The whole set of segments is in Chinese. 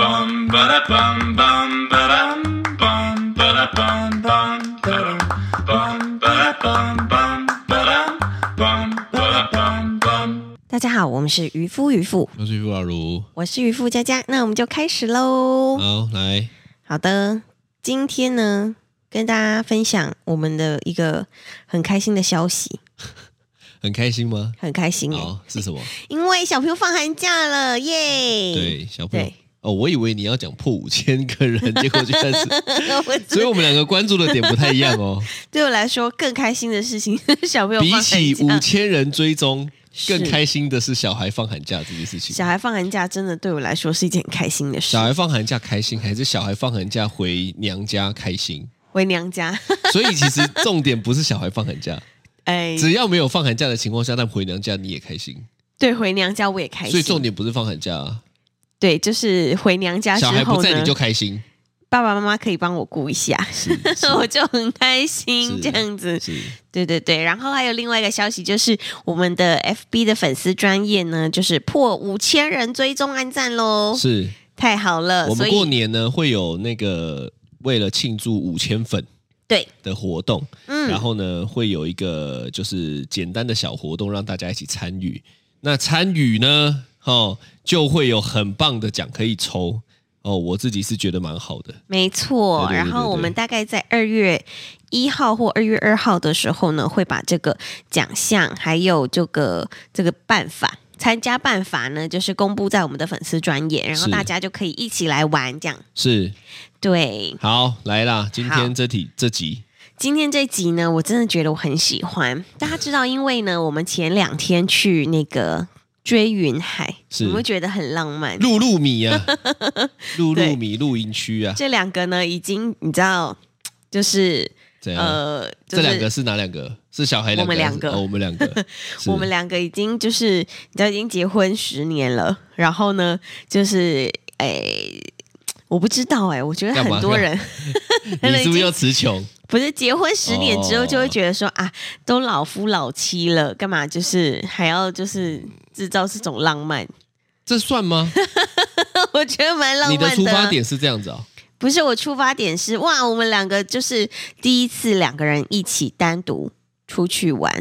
bum ba da bum bum ba dum bum ba da bum bum ba dum bum ba da bum bum ba dum bum ba da bum bum. 大家好，我们是渔夫渔妇，我是傅老如，我是渔夫佳佳，那我们就开始喽。好，来，好的，今天呢，跟大家分享我们的一个很开心的消息，很开心吗？很开心哎，好，是什么？因为小朋友放寒假了耶！对，小朋友对，哦，我以为你要讲破五千个人， 结果居然是， 我只所以我们两个关注的点不太一样 哦。对我来说更开心的事情， 小朋友比放起寒五假，千人追踪，嗯是更开心的是小孩放寒假这件事 情。小孩放寒假真的对我来说是一件很开心的事小。孩放寒假开心，还是小孩放寒假回娘家开心？回娘家， 所以其实重点不是小孩放寒假，哎，只要没有放寒假的情况下，但回娘家你也开心。对，回娘家我也开心。所以重点不是放寒假、啊，对，就是回娘家之小孩不后在呢你就，开心。爸爸妈妈可以帮我顾一下，是是我就很开心是这样子。 是，对对对，然后还有另外一个消息，就是我们的 FB 的粉丝专业呢，就是破五千人追踪按赞喽，是太好了！我所们以过年呢会有那个为了庆祝五千粉对，的活动，然嗯，后呢会有一个就是简单的小活动让大家一起参与。那参与呢，哦，就会有很棒的奖可以抽哦。我自己是觉得蛮好的，没错。对对对对然后我们大概在二月一号或二月二号的时候呢，会把这个奖项还有这个这个办法。参加办法呢，就是公布在我们的粉丝专业，然后是大家就可以一起来玩，这样是对。好来啦。今好天这题这集今天这集呢，我真的觉得我很喜欢。大家知道，因为呢，我们前两天去那个追云海，是你会觉得很浪漫。露露米 啊，露对露米露营区啊，这两个呢，已经你知道，就是怎样？呃，就啊这是两个是哪两个？是小孩两个？我们两还是个，哦，我们两个 我们两个已经就是你知道已经结婚十年了，然后呢，就是诶、我不知道诶、哎我觉得干嘛很多人是你是不是又词穷？ 不是结婚十年之后哦就会觉得说、啊，都老夫老妻了，干嘛就是还要就是制造这种浪漫？这算吗？ 我觉得蛮浪你漫的啊出发点是这样子哦，不是我出发点是哇，我们两个就是第一次两个人一起单独出去玩。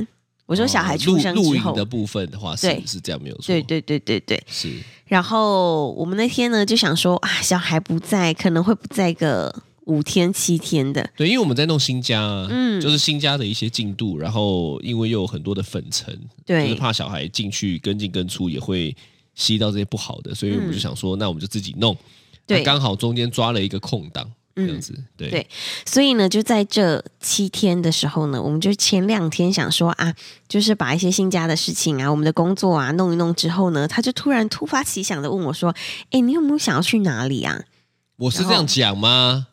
我我说小孩出生露之后，营的部分的话对是是这样没有错，对对对对对。是然后我们那天呢就想说啊，小孩不在，可能会不在个五天七天的。对，因为我们在弄新家啊，嗯就是新家的一些进度，然后因为又有很多的粉尘，就对是怕小孩进去跟进跟出也会吸到这些不好的，所以我们就想说，那我们就自己弄，嗯对那刚好中间抓了一个空档，这样嗯，子，对对所以呢，就在这七天的时候呢，我们就前两天想说啊，就是把一些新家的事情啊，我们的工作啊弄一弄之后呢，他就突然突发奇想的问我说：“哎，你有没有想要去哪里啊我是然这后样讲吗？？”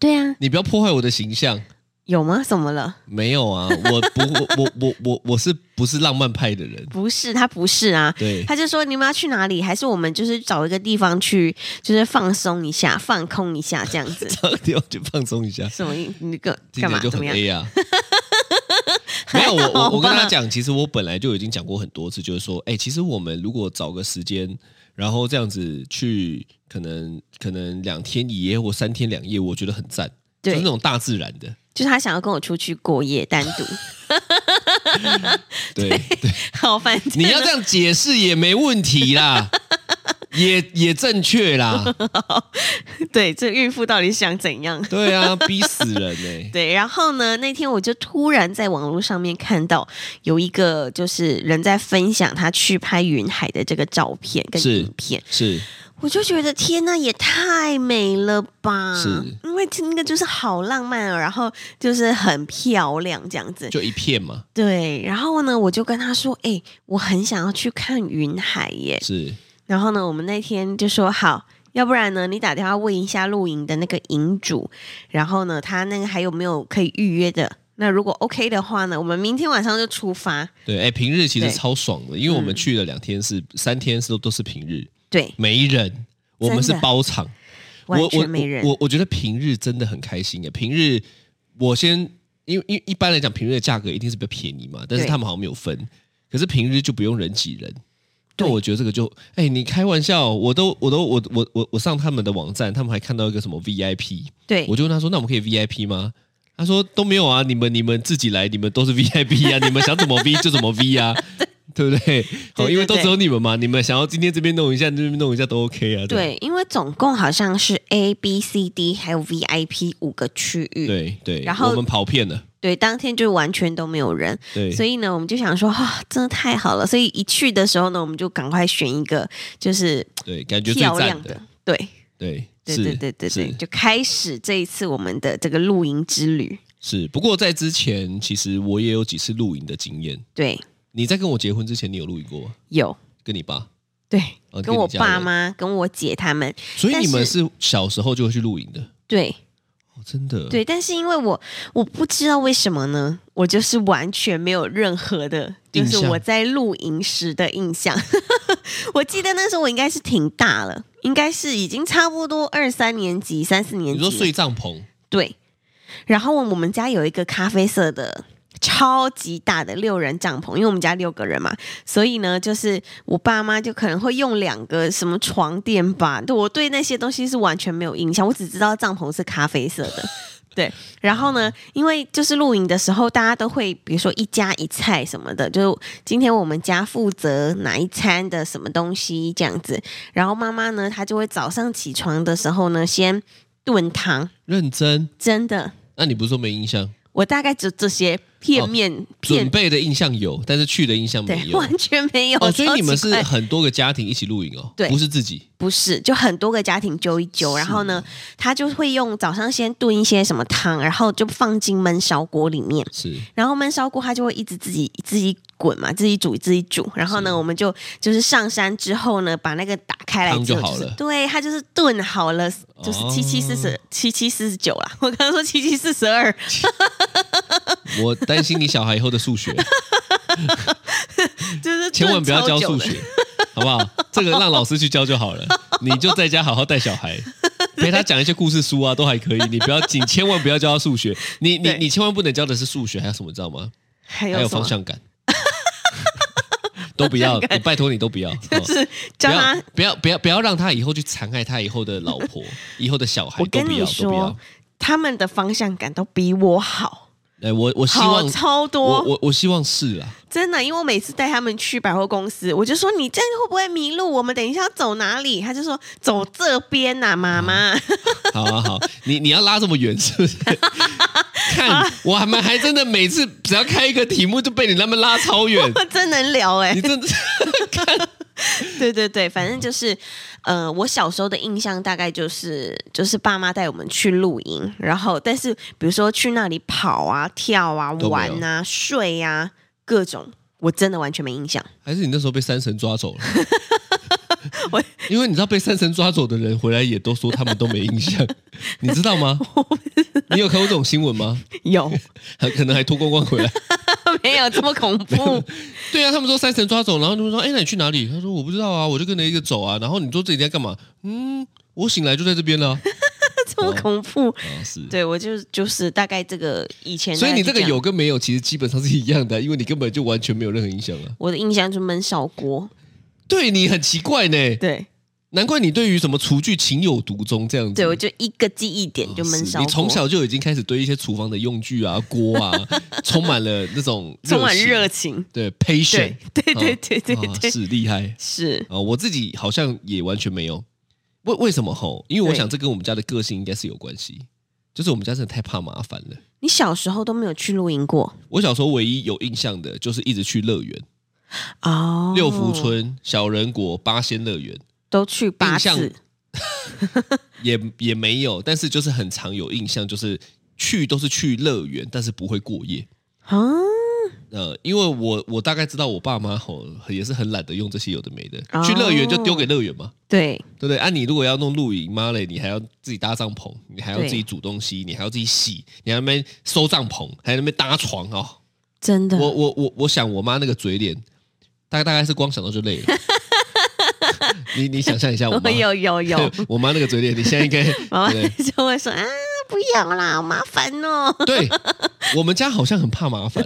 对啊，你不要破坏我的形象。有吗？怎么了？没 有啊，我不，我我我我我是不是浪漫派的人？不是，他不是啊。 对，？他就说：“你们要去哪里？还是我们就是找一个地方去，就是放松一下、放空一下这样子 找个地方去放松一下，什么意？你个听干起嘛？来就怎很么样？ A 啊。 没有，我还好 我我跟吧他讲，其实我本来就已经讲过很多次，就是说，哎、其实我们如果找个时间，然后这样子去，可能可能两天一夜或三天两夜，我觉得很赞，就对是那，种大自然的，就是他想要跟我出去过夜，单 独。对，对好，反正你要这样解释也没问题啦，也也正确啦， 对这孕妇到底想怎样？对啊，逼死人欸呢、对，然后呢，那天我就突然在网络上面看到有一个就是人在分享他去拍云海的这个照片跟是影片，是我就觉得天呐，也太美了吧！是因为那个就是好浪漫哦，然后就是很漂亮这样子。就一片嘛，对，然后呢，我就跟他说：“哎、我很想要去看云海耶。是”然后呢，我们那天就说好。要不然呢？你打电话问一下露营的那个营主，然后呢，他那个还有没有可以预约的？那如果 OK 的话呢，我们明天晚上就出发。对，哎、平日其实对超爽的，因为我们嗯去了两天是、三天是都是平日，对，没人，我们是真的包场，完全没人我我我我觉得平日真的很开心耶，平日我先，因为因一般来讲平日的价格一定是比较便宜嘛，但是对他们好像没有分，可是平日就不用人挤人，那对我觉得这个就，哎、你开玩笑，我都我都我我我我上他们的网站，他们还看到一个什么 VIP，对我，就问他说，那我们可以 VIP 吗？他说都没有啊，你们你们自己来，你们都是 VIP 啊， 你们想怎么 V 就怎么 V 啊，对不对？好，对因为都对只有你们嘛，你们想要今天这边弄一下，那边弄一下都 OK 啊，对，因为总共好像是 A、B、C、D 还有 VIP 五个区域，对对，然后我们跑遍了，对，当天就完全都没有人，对，所以呢，我们就想说，哇、真的太好了！所以一去的时候呢，我们就赶快选一个就是对，感觉最漂赞亮的，对，对，对是对对对对，是就开始这一次我们的这个露营之旅。是。不过在之前，其实我也有几次露营的经验。对，你在跟我结婚之前，你有露营过吗？有跟你爸？对，哦跟跟我你家人爸妈、跟我姐他们，所以但你们是是小时候就会去露营的？对哦，真的。对，但是因为我我不知道为什么呢，我就是完全没有任何的，就印是象我在露营时的印象。 我记得那时候我应该是挺大了，应该是已经差不多二三年级、三四年你级说了睡帐篷，对，然后我们家有一个咖啡色的超级大的六人帐篷，因为我们家六个人嘛，所以呢，就是我爸妈就可能会用两个什么床垫吧。对我对那些东西是完全没有印象，我只知道帐篷是咖啡色的。对，然后呢，因为就是露营的时候，大家都会比如说一家一菜什么的，就是今天我们家负责哪一餐的什么东西这样子。然后妈妈呢，她就会早上起床的时候呢，先炖汤，认真。真的，那你不是说没印象？我大概只有这些片面、哦准片备的印象有，但是去的印象没对，有。完全没有。哦，所以超你们奇是怪很多个家庭一起露营哦，对不是自己。不是就很多个家庭揪一揪，然后呢，他就会用早上先炖一些什么汤，然后就放进焖烧锅里面。是然后焖烧锅它就会一直自己自己滚嘛，自己煮自己煮。然后呢，我们就就是上山之后呢，把那个打开来汤之就后好是了对，它就是炖好了，就是哦七七四十、七七四十九啦。我刚刚说七七四十二，我担心你小孩以后的数 学，就是千万炖不要超教久数的 学，好不好？这个让老师去教就好了，你就在家好好带小 孩，陪他讲一些故事书啊，都还可以。你不要，你千万不要教他数学，你你对你千万不能教的是数学，还有什么你知道吗？还还有有什方么？向 感，都不要，方向感你拜托你 都不要，哦就是不教要他不要不要不要让他以后去残害他以后的老婆，以后的小孩我都跟不要你都不要说。，他们的方向感都比我好，哎，我我希好哦望超我多，我我希望是啊，真的。因为我每次带他们去百货公司，我就说你这样会不会迷路？我们等一下要走哪里？他就说走这边呐、妈妈。好啊，好，你你要拉这么远是 不是？看我还蛮还真的每次只要开一个题目就被你那么拉超远， 真能聊哎、你真的 对对对，反正就是，呃，我小时候的印象大概就是，就是爸妈带我们去露营，然后但是比如说去那里跑啊、跳啊、都没有玩啊、睡啊，各种，我真的完全没印象。。还是你那时候被山神抓 走了我因为你知道被山神抓走的人回来也都说他们都没印 象，你知道吗？你有看过这种新闻吗？有还可能还脱光光回来。 没有这么恐怖？对啊，他们说山神抓走，然后他们说：“哎，那你去哪里？”他说：“我不知道啊，我就跟着一个走啊。”然后你说自己在干嘛？嗯，我醒来就在这边了啊。这么恐怖？啊，是。对，我就就是大概这个以前，所以你这个有，跟没有其实基本上是一样的，啊因为你根本就完全没有任何影响啊。我的印象就是焖烧锅，对你很奇怪呢，对难怪你对于什么厨具情有独钟这样子。对，我就一个记忆点就焖嗯哦是烧锅，你从小就已经开始对一些厨房的用具啊、锅啊，充满了那种充满情热情，对 patient，对对哦对对对啊对，是厉害是啊！我自己好像也完全没有，为为什么吼？因为我对想这跟我们家的个性应该是有关系，就是我们家真的太怕麻烦了。你小时候都没有去露营过我小时候唯一有印象的就是一直去乐园。哦，六福村、小人国、八仙乐园都去八印象次，也也没有，但是就是很常有印象，就是去都是去乐园，但是不会过夜。啊，呃，因为我我大概知道我爸妈吼也是很懒得用这些有的没的，哦去乐园就丢给乐园嘛，对对不对？啊，你如果要弄露营，妈嘞，你还要自己搭帐篷，你还要对自己煮东西，你还要自己洗，你还要那边收帐篷，还要那边搭床哦。真的我我我我想我妈那个嘴脸，大概大概是光想到就累了。 你你想象一 下我妈，有有 有，我妈那个 嘴脸，你现在应该妈妈对就会说啊，不要啦，好麻烦哦，对我们家好像很怕麻烦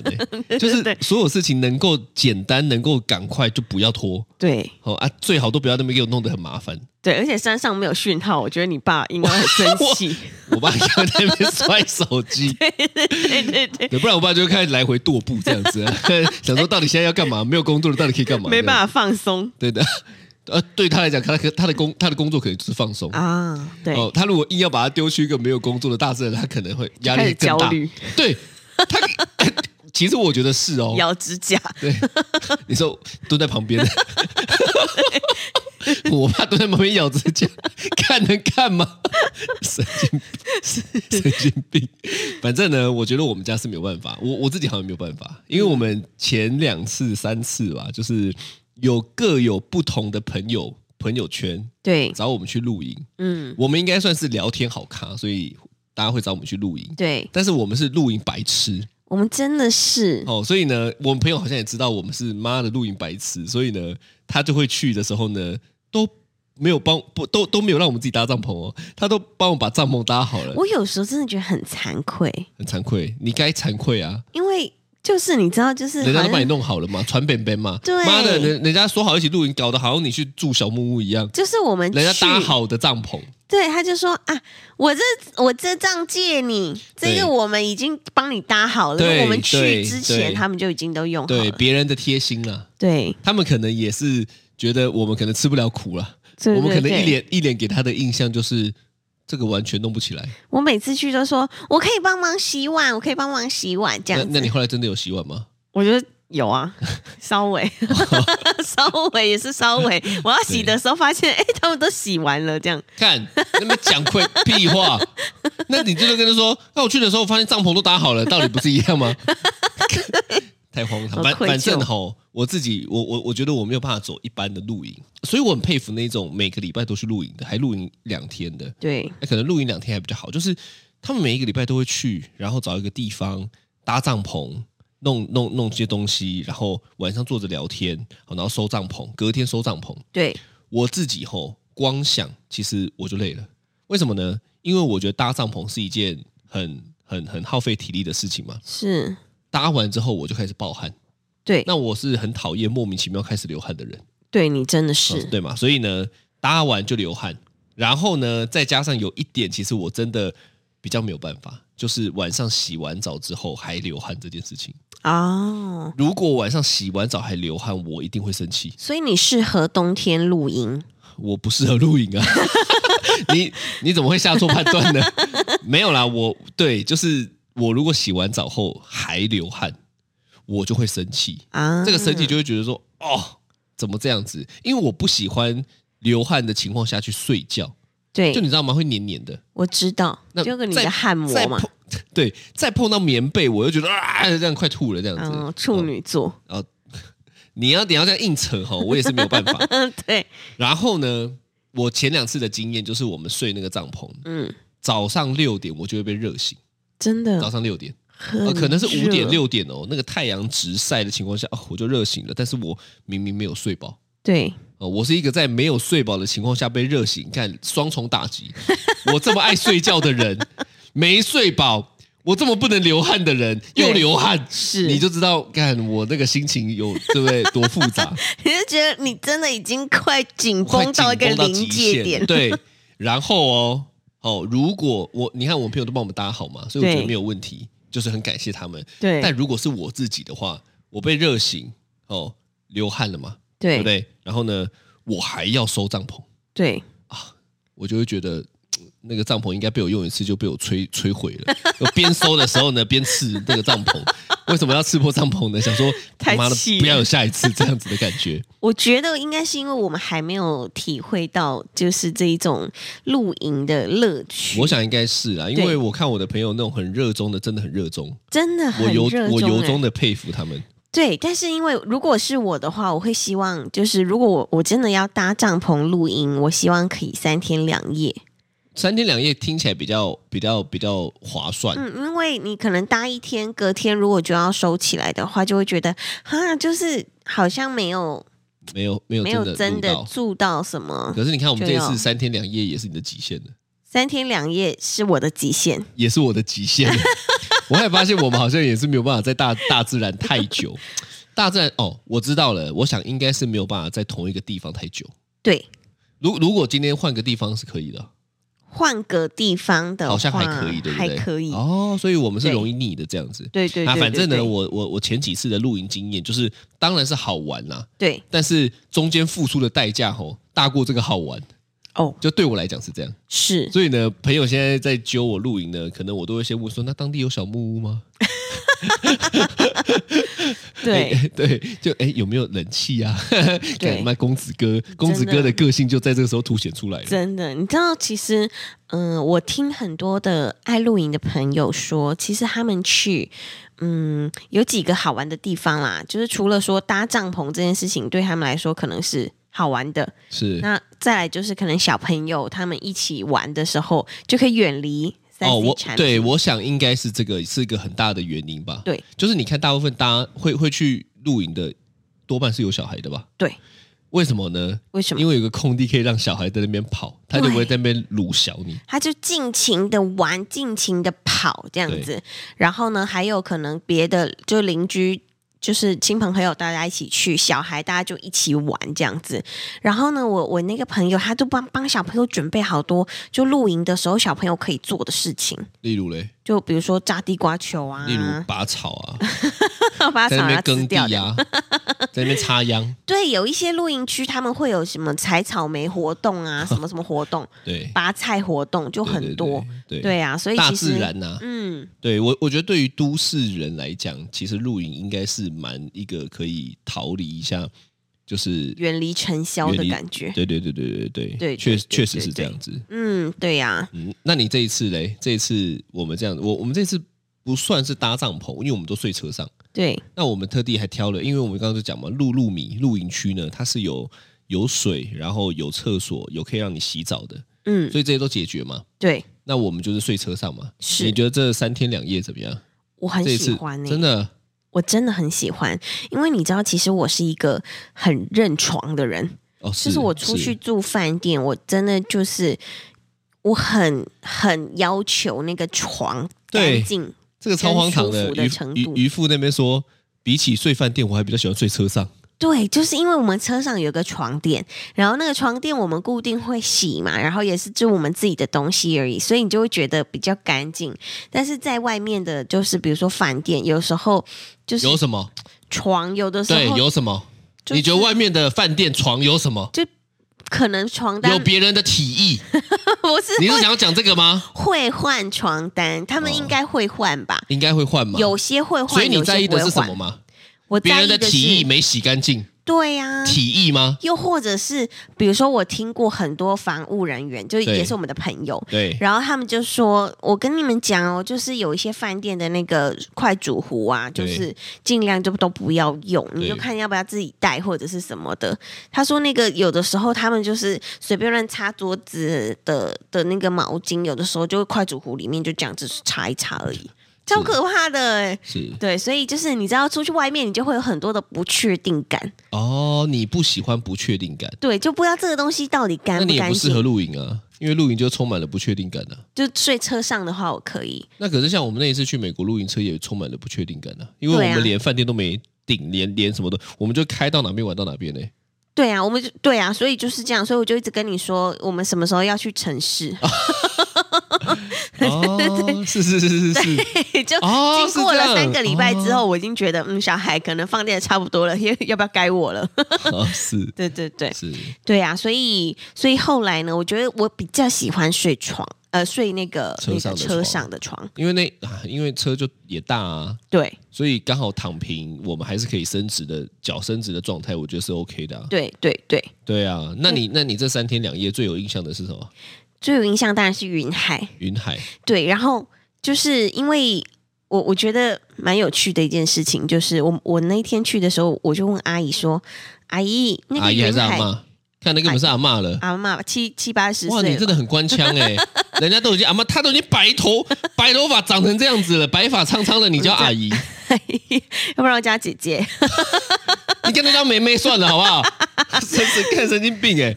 哎、就是对所有事情能够简单，能够赶快就不要拖。对哦啊，最好都不要那么给我弄得很麻烦。对，而且山上没有讯号，我觉得你爸应该很生气。我爸就在那边摔手机， 对对对，对，不然我爸就开始来回踱步这样子、啊， 想说到底现在要干嘛？没有工作了，到底可以干嘛？没办法，法放松对的。呃，对他来讲，他可他的工他的工作可能就是放松。啊。对，哦，他如果硬要把他丢去一个没有工作的大自然，他可能会压开力始更焦大。虑， 对他，哎其实我觉得是哦。咬指甲。对， 你说蹲在旁边的， 我爸蹲在旁边咬指甲，看能看吗？神经病，神经病。反正呢，我觉得我们家是没有办法，我我自己好像没有办法，因为我们前两次、三次吧，就是有各有不同的朋友朋友圈 对，找我们去露营，嗯，我们应该算是聊天好咖，所以大家会找我们去露营。对，但是我们是露营白痴，我们真的是哦，所以呢，我们朋友好像也知道我们是妈的露营白痴，所以呢，他就会去的时候呢，都没有帮不都都没有让我们自己搭帐篷哦，他都帮我把帐篷搭好了，我有时候真的觉得很惭愧，很惭愧，你该惭愧啊，因为就是你知道，就是人家好都帮你像弄好了嘛，传本本嘛，对妈的，人人家说好一起露营，搞得好像你去住小木屋一样，就是我们人家去搭，好的帐篷，对，他就说啊，我这我这张借你，这对个我们已经帮你搭好了，因对为我们去对之对前他们就已经都用好对了，别人的贴心啦，对，他们可能也是觉得我们可能吃不了苦啦，对我们可能对一脸一脸给他的印象就是这个完全弄不起来。我每次去都说我可以帮忙洗碗，我可以帮忙洗碗这样子。那那你后来真的有洗碗吗？我觉得有啊，稍 微，稍微也是稍微。我要洗的时候发现，哎、他们都洗完了，这样看那边讲亏屁 话，那你就是跟他说，那我去的时候发现帐篷都搭好了，道理不是一 样吗？太荒唐，好反愧疚反正吼，我自己我我我觉得我没有办法走一般的露营，所以我很佩服那种每个礼拜都去露营的，还露营两天的，对那可能露营两天还比较好，就是他们每一个礼拜都会去，然后找一个地方搭帐篷，弄弄弄些东西，然后晚上坐着聊天，好然后收帐篷，隔天收帐篷，对我自己吼，光想其实我就累了。为什么呢？因为我觉得搭帐篷是一件很很很耗费体力的事情嘛。是，搭完之后我就开始暴汗，对那我是很讨厌莫名其妙开始流汗的人，哦对，你真的是、对嘛？所以呢，搭完就流汗，然后呢，再加上有一点，其实我真的比较没有办法，就是晚上洗完澡之后还流汗这件事情。哦，如果晚上洗完澡还流汗，我一定会生气。所以你适合冬天露营。我不适合 露营啊。你你怎么会下错判断呢？没有啦，我对，就是我如果洗完澡后还流汗，我就会生气。啊，这个生气就会觉得说，哦，怎么这样子？因为我不喜欢流汗的情况下去睡觉，对就，你知道吗？会黏黏的。我知道，那就跟你再的汗膜再嘛，碰 对，再碰到棉被，我又觉得啊，这样快吐了，这样子。嗯，处哦，女座， 你要你要这样硬扯哈，我也是没有办法。 嗯，对，然后呢，我前两次的经验就是我们睡那个帐篷，嗯，早上六点我就会被热醒，真早的，上六点，嗯很呃，可能是五点热，六点哦，那个太阳直晒的情况下，哦，我就热醒了，但是我明明没有睡饱。对， 哦，我是一个在没有睡饱的情况下被热醒，看双重打 击。我这么爱睡觉的人，没睡饱，我这么不能流汗的人，又对流汗，是你就知道，看我那个心情有对不对，多复杂。你就觉得你真的已经快紧快绷到一个紧绷到临极界限点，对，然后哦，哦，如果我你看我朋友都帮我们搭好嘛，所以我觉得对没有问题，就是很感谢他们。对但如果是我自己的话，我被热醒哦，流汗了嘛，对对不对？然后呢，我还要收帐篷，对我就会觉得。嗯那个帐篷应该被我用一次就被我摧摧毁了。我边收的时候呢，边刺那个帐篷。为什么要刺破帐篷呢？想说 太妈的气，不要有下一次这样子的感觉。我觉得应该是因为我们还没有体会到，就是这一种露营的乐趣。我想应该是啦，因对为我看我的朋友那种很热衷的，真的很热衷，真的我很由热我由衷、衷欸。的佩服他们。对，但是因为如果是我的话，我会希望就是如果我我真的要搭帐篷露营，我希望可以三天两夜。三天两夜听起来比较比较比较划算，嗯，因为你可能搭一天，隔天如果就要收起来的话，就会觉得哈，就是好像没有没有没有没有真真的的录到。住到什么。可是你看，我们这一就次要三天两夜也是你的极限了，三天两夜是我的极限。也是我的极限了。 我还发现我们好像也是没有办法在大大自然太久。大自然哦，我知道了，我想应该是没有办法在同一个地方太久。对，如如果今天换个地方是可以的，换个地方的话，好像还可以，对不还对？可以哦，所以我们是容易腻的这样子。对对对啊，反对正呢，对我我我前几次的露营经验就是，当然是好玩啦、对但是中间付出的代价吼大过这个好玩，哦，就对我来讲是这样。是所以呢，朋友现在在揪我露营呢，可能我都会先问说，那当地有小木屋吗？对、哎 对，就哎有没有冷气啊？ 对干嘛公子哥，公子哥的个性就在这个时候凸显出来了。真的，你知道，其实，嗯、我听很多的爱露营的朋友说，其实他们去，嗯，有几个好玩的地方啦，就是除了说搭帐篷这件事情对他们来说可能是好玩的，是那再来就是可能小朋友他们一起玩的时候就可以远离三哦， C 我产品，对我想应该是这个是一个很大的原因吧。对，就是你看，大部分大家会会去露营的，多半是有小孩的吧？对为什么呢？为什么？因为有个空地可以让小孩在那边跑，他就不会在那边撸小你。他就尽情的玩，尽情的跑这样子。然后呢，还有可能别的就邻居。就是亲朋好友，大家一起去，小孩大家就一起玩这样子。然后呢，我我那个朋友，他就帮帮小朋友准备好多，就露营的时候小朋友可以做的事情，例如嘞，就比如说炸地瓜球啊，例如拔草啊， 把在草那啊边吃耕地掉的。啊， 在那边插秧。对，有一些露营区他们会有什么采草莓活动啊，什么什么活动，对， 拔菜活动就对很多。。对对对，对啊，所以大其自实然呐、嗯，对我我觉得对于都市人来讲，其实露营应该是蛮一个可以逃离一下，就是远离尘嚣远的离感觉。对对对对对对对确对对确实是对这对样子。嗯，对呀、嗯，那你这一次嘞？这一次我们这样，我我们这次不算是搭帐篷，因为我们都睡车上。对那我们特地还挑了，因为我们刚刚就讲嘛，露露米露营区呢，它是有有水，然后有厕所，有可以让你洗澡的，嗯，所以这些都解决嘛。对那我们就是睡车上嘛。是你觉得这三天两夜怎么样？我很这一喜次欢呢、欸真的我真的很喜欢，因为你知道，其实我是一个很认床的人，哦，就是是我出去是住饭店，我真的就是我很很要求那个床对干净。这个超荒唐跟舒的，服的程渔度渔渔夫那边说，比起睡饭店，我还比较喜欢睡车上。对，就是因为我们车上有个床垫，然后那个床垫我们固定会洗嘛，然后也是就我们自己的东西而已，所以你就会觉得比较干净。但是在外面的，就是比如说饭店，有时候就是有什么？床有的时对，候有什么？就是你觉得外面的饭店床有什么？可能床单有 别人的体意，我是你是想要讲这个吗？ 会换床单，他们应该会换吧？应该会换嘛。有些会换，所以你有些在意的不是会什换么？吗？我别在人意的的体液是没洗干净，对呀、体液吗？又或者是比如说我听过很多防务人员，就对也是我们的朋友，对，然后他们就说：“我跟你们讲哦，就是有一些饭店的那个快煮壶啊，就对是尽量就都不要用，你对就看要不要自己带或者是什么的。”他说：“那个有的时候他们就是随便乱擦桌子的的那个毛巾，有的时候就快煮壶里面就这样子擦一擦而已，超可怕的哎、是对，所以就是你知道出去外面，你就会有很多的不确定感，哦，你不喜欢不确定感，对，就不知道这个东西到底那干你也干不适合净。露营啊，因为露营就充满了不确定感啊。就睡车上的话，我可以，那可是像我们那一次去美国露营车也充满了不确定感啊，因为我对啊们连饭店都没订，连连什么都，我们就开到哪边玩到哪边呢、对啊，我们就对啊，所以就是这样，所以我就一直跟你说，我们什么时候要去城市，啊哦，是是是是 是，就哦经过是这样了三个礼拜之后，哦我已经觉得，嗯，小孩可能放电的差不多了，要要不要该我了？ 哦是对对对，是，对啊，所以所以后来呢，我觉得我比较喜欢睡床，呃，睡那个车上那个的床车上的床，因为那、啊、因为车就也大啊，对所以刚好躺平，我们还是可以伸直的脚伸直的状态，我觉得是 OK 的、啊。对对对，对啊，那你那你这三天两夜最有印象的是什么？最有印象当然是云海，云海对，然后就是因为我我觉得蛮有趣的一件事情，就是我我那一天去的时候，我就问阿姨说：“阿姨，那阿个姨还云是阿海嬷，看那根本是阿嬷了。阿妈七七八十哇，你岁真了，的很官腔 哎、人家都已经阿嬷，她都已经白头白头发长成这样子了，白发苍苍的，你叫阿姨？要不然我叫她姐姐。你跟他当妹妹算了，好不 好？真是看神经病哎、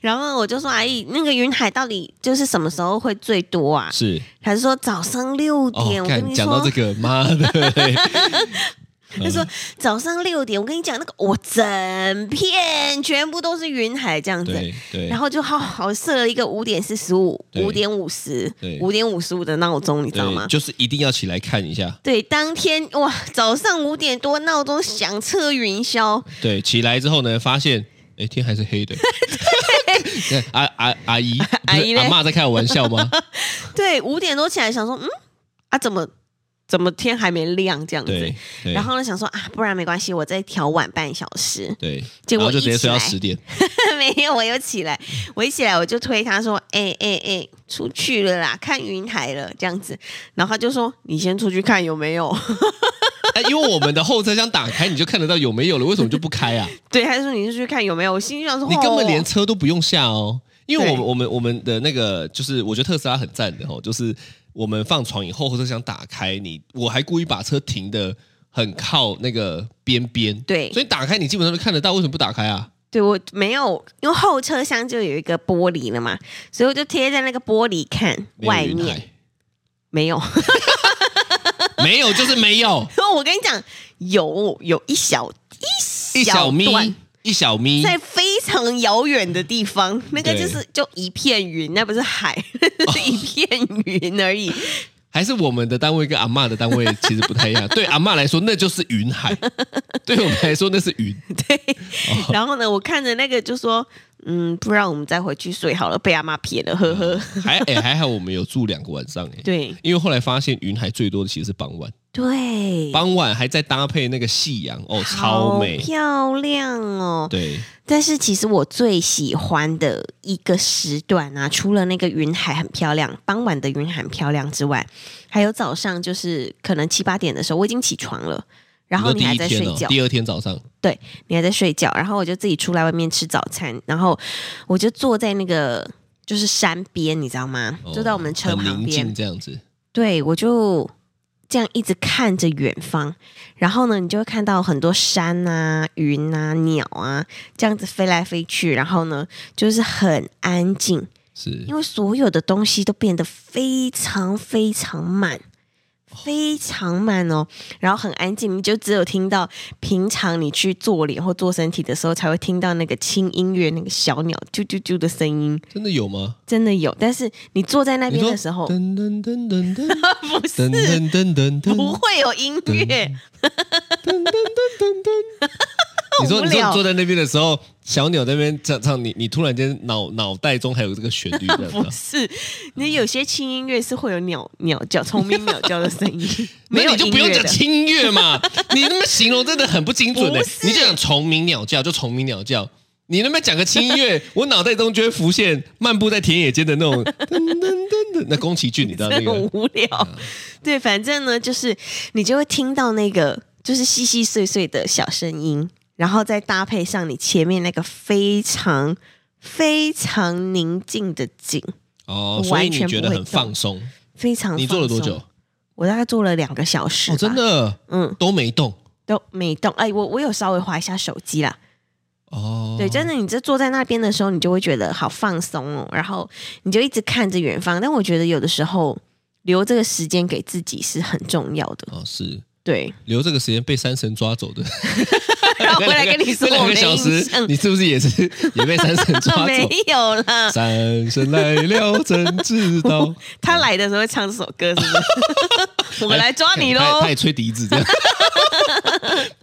然后我就说阿姨，那个云海到底就是什么时候会最多啊？是他就说早上六哦点，，我跟看你讲到说这，个，妈的嘞，他说早上六点，我跟你讲那个我整片全部都是云海这样子，对对，然后就好好设了一个五点四十五、对五点五十对、五点五十五的闹钟，你知道吗对，？就是一定要起来看一下。对，当天哇，早上五点多闹钟响彻云霄，对，起来之后呢，发现哎天还是黑 的。 对阿阿阿姨，阿姨嘞不是阿妈在开我玩笑吗？对，五点多起来想说，嗯啊，怎么怎么天还没亮这样子对？，对然后呢，想说啊，不然没关系，我再调晚半小时。 对，结果然后就直接睡到一起来十点。没有，我又起来，我一起来我就推他说，哎哎哎，出去了啦，看云海了这样子。然后他就说，你先出去看有没有。 哎，因为我们的后车厢打开，你就看得到有没有了，为什么就不开啊？对，他就说你先出去看有没有。我心里想说，你根本连哦车都不用下哦，因为我们对我们我们的那个就是，我觉得特斯拉很赞的哦，就是我们放床以后后车厢打开，你我还故意把车停的很靠那个边边，对所以打开你基本上都看得到，为什么不打开啊？对我没有，因为后车厢就有一个玻璃了嘛，所以我就贴在那个玻璃看没有外云面，海没有。 没有就是没有，我跟你讲，有有一小一一小 小咪段一小咪，在非常遥远的地方，那个就是就一片云，那不是海， 是一片云而哦已。还是我们的单位跟阿嬷的单位其实不太 一样，对阿嬷来说那就是云海，对我们来说那是云， 然后呢，我看着那个就说，嗯，不然我们再回去睡好了，被阿妈撇了，呵呵。还哎、还好我们有住两个晚上哎、 对因为后来发现云海最多的其实是傍晚，对，傍晚还在搭配那个夕阳，哦，超好美。漂亮哦。对，但是其实我最喜欢的一个时段啊，除了那个云海很漂亮，傍晚的云海很漂亮之外，还有早上就是可能七八点的时候，我已经起床了，然后你你说还第一在天睡哦觉，，第二天早上，对你还在睡觉，然后我就自己出来外面吃早餐，然后我就坐在那个就是山边，你知道吗？哦坐在我们车很旁宁边静，这样子，对，我就这样一直看着远方，然后呢，你就会看到很多山啊、云啊、鸟啊，这样子飞来飞去，然后呢，就是很安静，是因为所有的东西都变得非常非常慢。非常慢哦，然后很安静，你就只有听到平常你去做脸或做身体的时候才会听到那个轻音乐，那个小鸟啾啾啾的声音，真的有吗？真的有。但是你坐在那你边说的时候，噔噔噔噔噔 不是噔噔噔噔噔不会有音乐，噔噔噔噔噔。 你说无你说聊你坐在那边的时候，小鸟在那边唱唱，你你突然间脑脑袋中还有这个旋律， 这样子啊不是，你有些轻音乐是会有鸟鸟叫、虫鸣鸟叫的声 音，没有那你就不音用乐讲的。 轻乐嘛，你那么形容真的很不精准的、欸不是你就讲虫鸣鸟叫就虫鸣鸟叫，你那么讲个轻乐，我脑袋中就会浮现漫步在田野间的那种噔噔噔噔，那宫崎骏你知道那真的 很个嗯无聊。对，反正呢，就是你就会听到那个就是细细碎碎的小声音，然后再搭配上你前面那个非常非常宁静的景，哦，我所以完你全觉不得会很放松。非常。你做了多久？？我大概做了两个小时、哦，真，的，嗯，都没动都没动。哎，我我有稍微划一下手机啦，哦。对，真的，你这坐在那边的时候，你就会觉得好放松哦，然后你就一直看着远方。但我觉得有的时候留这个时间给自己是很重要的。哦，是对，留这个时间被山神抓走的。然后 回来跟你 说这两我个的小印时，象，你是不是也是也被山神 抓没走？有啦。山神来了，真知道。他来的时候会唱这首歌，是不是？ 我来抓你他喽哎他！也吹笛子 这样，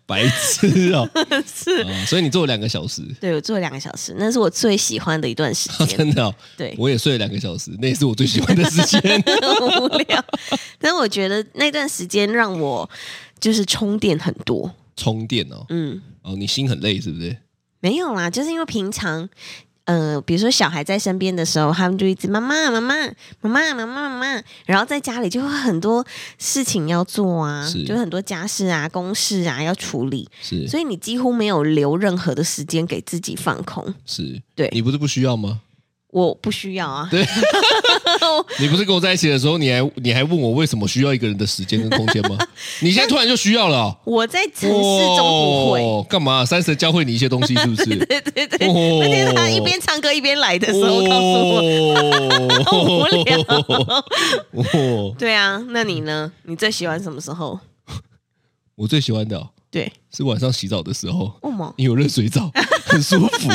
白痴哦、是，哦所以你做了两个小时，对我做了两个小时，那是我最喜欢的一段时间。 真的、哦，对，我也睡了两个小时，那也是我最喜欢的时 间。无聊。但我觉得那段时间让我就是充电很多。充电哦，嗯，哦，你心很累是不是？没有啦，就是因为平常，呃，比如说小孩在身边的时候，他们就一直妈妈妈妈妈妈妈妈妈妈，然后在家里就会很多事情要做啊，是就是很多家事啊、公事啊要处理，是所以你几乎没有留任何的时间给自己放空。是，对你不是不需要吗？我不需要啊，对有， 你不是跟我在一起的时候，你还你还问我为什么需要一个人的时间跟空 间吗？你现在突然就需要了哦、我在城市中不会。哦干嘛？三神教会你一些东西，是不是？ 对对对，哦而且是他一边唱歌一边来的时候告诉 我。 哦好无聊 哦，对啊，那你呢？你最喜欢什么时候？我最喜欢的哦对，是晚上洗澡的时候，哦吗？因为有热水澡，很舒 服。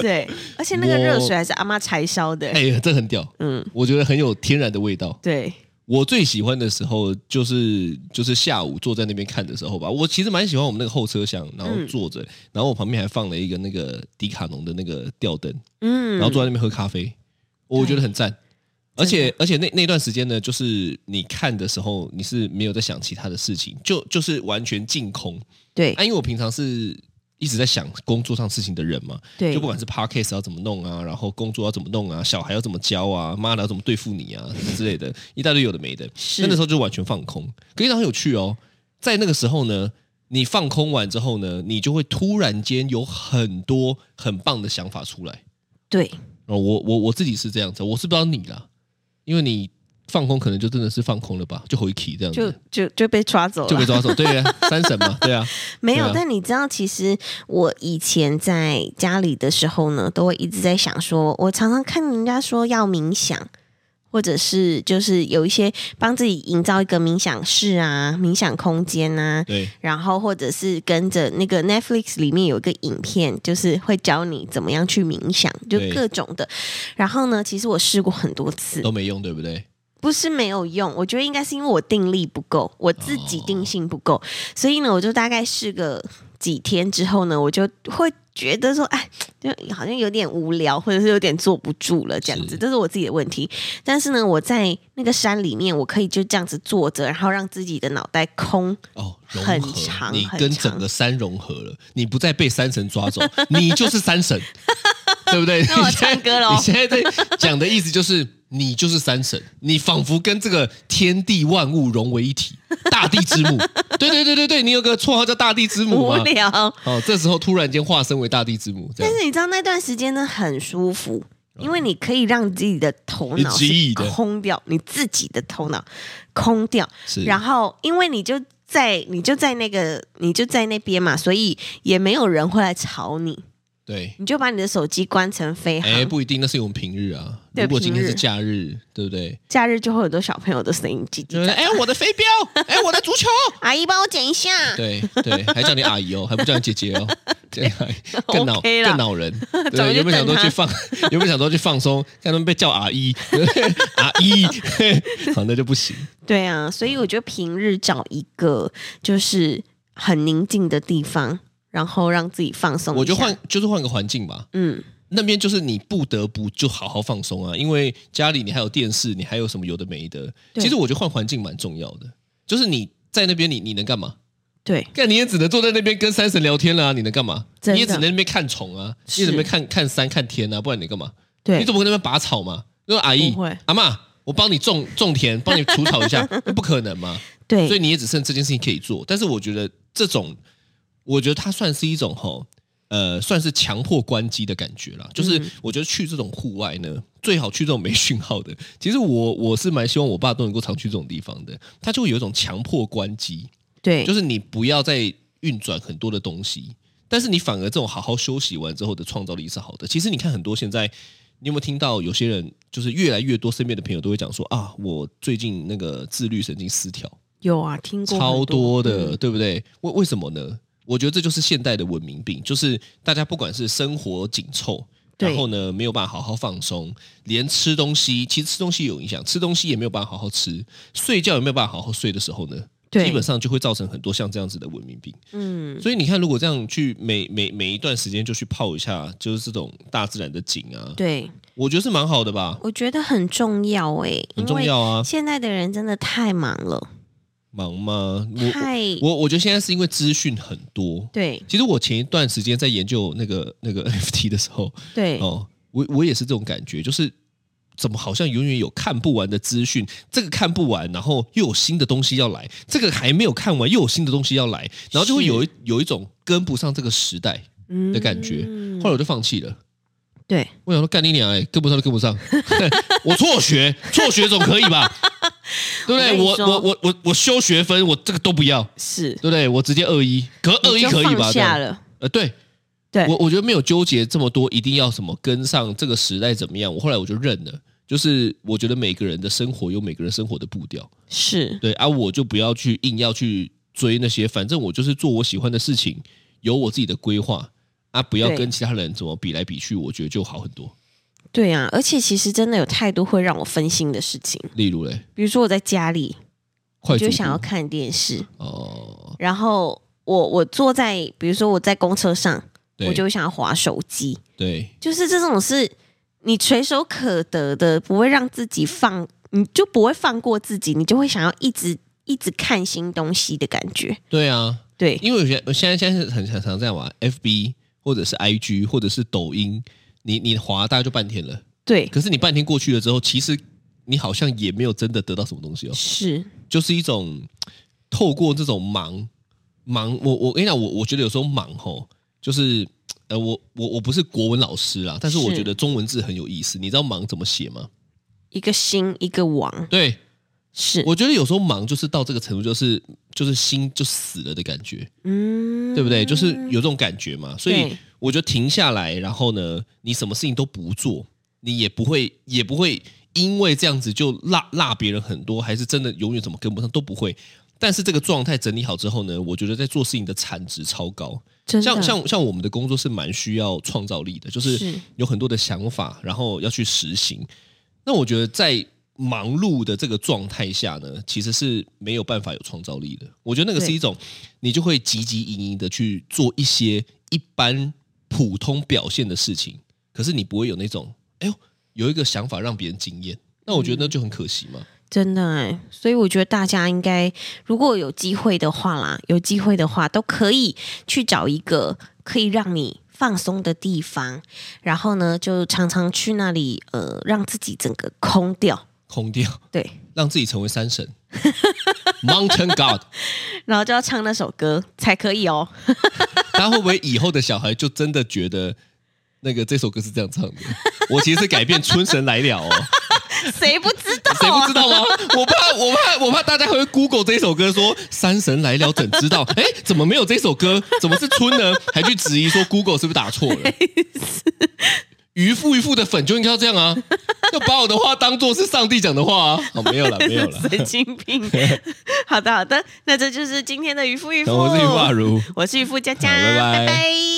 对，而且那个我热水还是阿妈柴烧的。哎，这很屌，嗯，我觉得很有天然的味道。对，我最喜欢的时候就是就是下午坐在那边看的时候吧。我其实蛮喜欢我们那个后车厢，然后嗯坐着，然后我旁边还放了一个那个迪卡侬的那个吊灯，嗯，然后坐在那边喝咖啡，我觉得很赞。而且而且那那段时间呢，就是你看的时候，你是没有在想其他的事情，就就是完全净空。对啊，因为我平常是一直在想工作上事情的人嘛，对就不管是 podcast 要怎么弄啊，然后工作要怎么弄啊，小孩要怎么教啊，妈的要怎么对付你啊之类的，一大堆有的没的。是那那时候就完全放空，可是很有趣哦。在那个时候呢，你放空完之后呢，你就会突然间有很多很棒的想法出来。对，哦，我我我自己是这样子，我是不知道你啦，因为你放空可能就真的是放空了吧，就回 k 这样就子。就就被抓走就被了。抓走，对啊，三审嘛，对啊，没有对啊，但你知道，其实我以前在家里的时候呢，都会一直在想说，我常常看人家说要冥想。或者是就是有一些帮自己营造一个冥想室啊、冥想空间啊，对，然后或者是跟着那个 Netflix 里面有一个影片，就是会教你怎么样去冥想，就对各种的。然后呢，其实我试过很多次，都没用，对不对？不是没有用，我觉得应该是因为我定力不够，我自己定性不哦够，所以呢，我就大概试个几天之后呢，我就会觉得说，哎，就好像有点无聊，或者是有点坐不住了这样子，是这是我自己的问题。但是呢，我在那个山里面，我可以就这样子坐着，然后让自己的脑袋空。哦，融很合，长你很跟长整个山融合了，你不再被山神 抓走，你就是山神，对不对？那我你现在唱歌咯你现在在讲的意思就是，你就是山神，你仿佛跟这个天地万物融为一 体，大地之母。对对对对对，你有个绰号叫大地之 母无嘛？聊，哦，这时候突然间化身为大地之母，这但。样是你知道那段时间呢很舒服，嗯因为你可以让自己的头脑你自己是的空掉，你自己的头脑空掉，是然后因为你就在你就在那个你就在那边嘛，所以也没有人会来吵你，对，你就把你的手机关成飞行，哎，不一定，那是我们平日啊。对如果今平天日是假日，对不对？假日就会有很多小朋友的声音叽就叽是喳，哎，我的飞镖，哎，我的足球，阿姨帮我捡一下， 对对，还叫你阿姨哦，还不叫你姐姐哦，这样还更恼 OK 啦更恼人。 早就对，有没有想等说她去 放？有没有想说去放松？看他们被叫阿姨， 阿 姨，好那就不行。对啊，所以我觉得平日找一个就是很宁静的地方，然后让自己放松一下，我就换，就是换个环境吧。嗯。那边就是你不得不就好好放松啊，因为家里你还有电视，你还有什么有的没的。对其实我觉得换环境蛮重要的，就是你在那边你你能干嘛？对，干你也只能坐在那边跟山神聊天啦、啊你能干嘛？真的你也只能在那边看虫啊，你也只能在那边看看山看天啊，不然你干嘛？对，你怎么可能拔草嘛？那阿姨不会、阿嬷，我帮你种种田，帮你除草 一下，那不可能嘛？对，所以你也只剩这件事情可以做。但是我觉得这种，我觉得它算是一种吼，呃，算是强迫关机的感觉啦。就是嗯我觉得去这种户外呢，最好去这种没讯号的。其实我我是蛮希望我爸都能够常去这种地方的，他就会有一种强迫关机，对，就是你不要再运转很多的东西，但是你反而这种好好休息完之后的创造力是好的。其实你看很多现在，你有没有听到有些人就是越来越多身边的朋友都会讲说啊，我最近那个自律神经失调有啊，听过超很多嗯的，对不对？为为什么呢？我觉得这就是现代的文明病，就是大家不管是生活紧凑。对然后呢，没有办法好好放松，连吃东西，其实吃东西有影响，吃东西也没有办法好好吃，睡觉也没有办法好好睡的时候呢，对，基本上就会造成很多像这样子的文明病。嗯，所以你看，如果这样去每每每一段时间就去泡一下，就是这种大自然的景啊，对，我觉得是蛮好的吧，我觉得很重要诶、很因重为要啊。现在的人真的太忙了，忙吗？我太我我觉得现在是因为资讯很多。对其实我前一段时间在研究那个 那个 NFT 的时候，对、哦，我我也是这种感觉，就是怎么好像永远有看不完的资讯，这个看不完，然后又有新的东西要来，这个还没有看完，又有新的东西要来，然后就会有一有一种跟不上这个时代嗯的感觉。嗯后来我就放弃了，对，我想说干你娘哎、跟不上就跟不上， 我辍学，辍学总可以 吧？对不对？我我跟你说我我我我修学分，我这个都不要，是对不对？我直接二一，可是二你一就可以吧？放对下吧，了，呃，对对，我我觉得没有纠结这么多，一定要什么跟上这个时代怎么样？我后来我就认了，就是我觉得每个人的生活有每个人生活的步调，是对啊，我就不要去硬要去追那些，反正我就是做我喜欢的事情，有我自己的规划啊，不要对跟其他人怎么比来比去，我觉得就好很多。对啊。而且其实真的有太多会让我分心的事情，例如嘞，比如说我在家里，快我速就度想要看电视，哦，然后我我坐在，比如说我在公车上，对，我就想要划手机，对就是这种是你垂手可得的，不会让自己放，你就不会放过自己，你就会想要一直一直看新东西的感觉。对啊，对，因为我觉得现在现在是很很常这样玩，FB 或者是 IG 或者是抖音，你你滑大概就半天了，对，可是你半天过去了之后，其实你好像也没有真的得到什么东西哦，是，就是一种透过这种忙忙，我我跟你讲，我我觉得有时候忙吼，就是呃，我我我不是国文老师啦，但是我是觉得中文字很有意思。你知道忙怎么写吗？一个心一个王，对，是，我觉得有时候忙就是到这个程度，就是就是心就死了的感觉，嗯，对不对？就是有这种感觉嘛，所以对我觉得停下来，然后呢，你什么事情都不做，你也不会也不会因为这样子就落落别人很多，还是真的永远怎么跟不上都不会。但是这个状态整理好之后呢，我觉得在做事情的产值超高。真的像像像我们的工作是蛮需要创造力的，就是是有很多的想法，然后要去实行。那我觉得在忙碌的这个状态下呢，其实是没有办法有创造力的。我觉得那个是对一种，你就会汲汲营营的去做一些一般普通表现的事情，可是你不会有那种，哎呦，有一个想法让别人惊艳。那我觉嗯得那就很可惜嘛。真的哎，所以我觉得大家应该如果有机会的话啦，有机会的话都可以去找一个可以让你放松的地方，然后呢，就常常去那里，呃，让自己整个空掉，空掉，对，让自己成为山神，Mountain God。然后就要唱那首歌才可以 哦。大家会不会以后的小孩就真的觉得那个这首歌是这样唱的？我其实是改变《春神来了》哦，谁不知道、啊？谁不知道吗？我怕，我怕，我怕大家会 Google 这首歌说“山神来了”，怎知道？哎，怎么没有这首歌？怎么是春呢？还去质疑说 Google 是不是打错了？渔夫渔夫的粉就应该要这样啊，就把我的话当做是上帝讲的话啊。哦，没 有了，没有了。神经病。 好的，好的，那这就是今天的渔夫渔夫，我是余化如。我是渔夫佳佳，好拜拜拜拜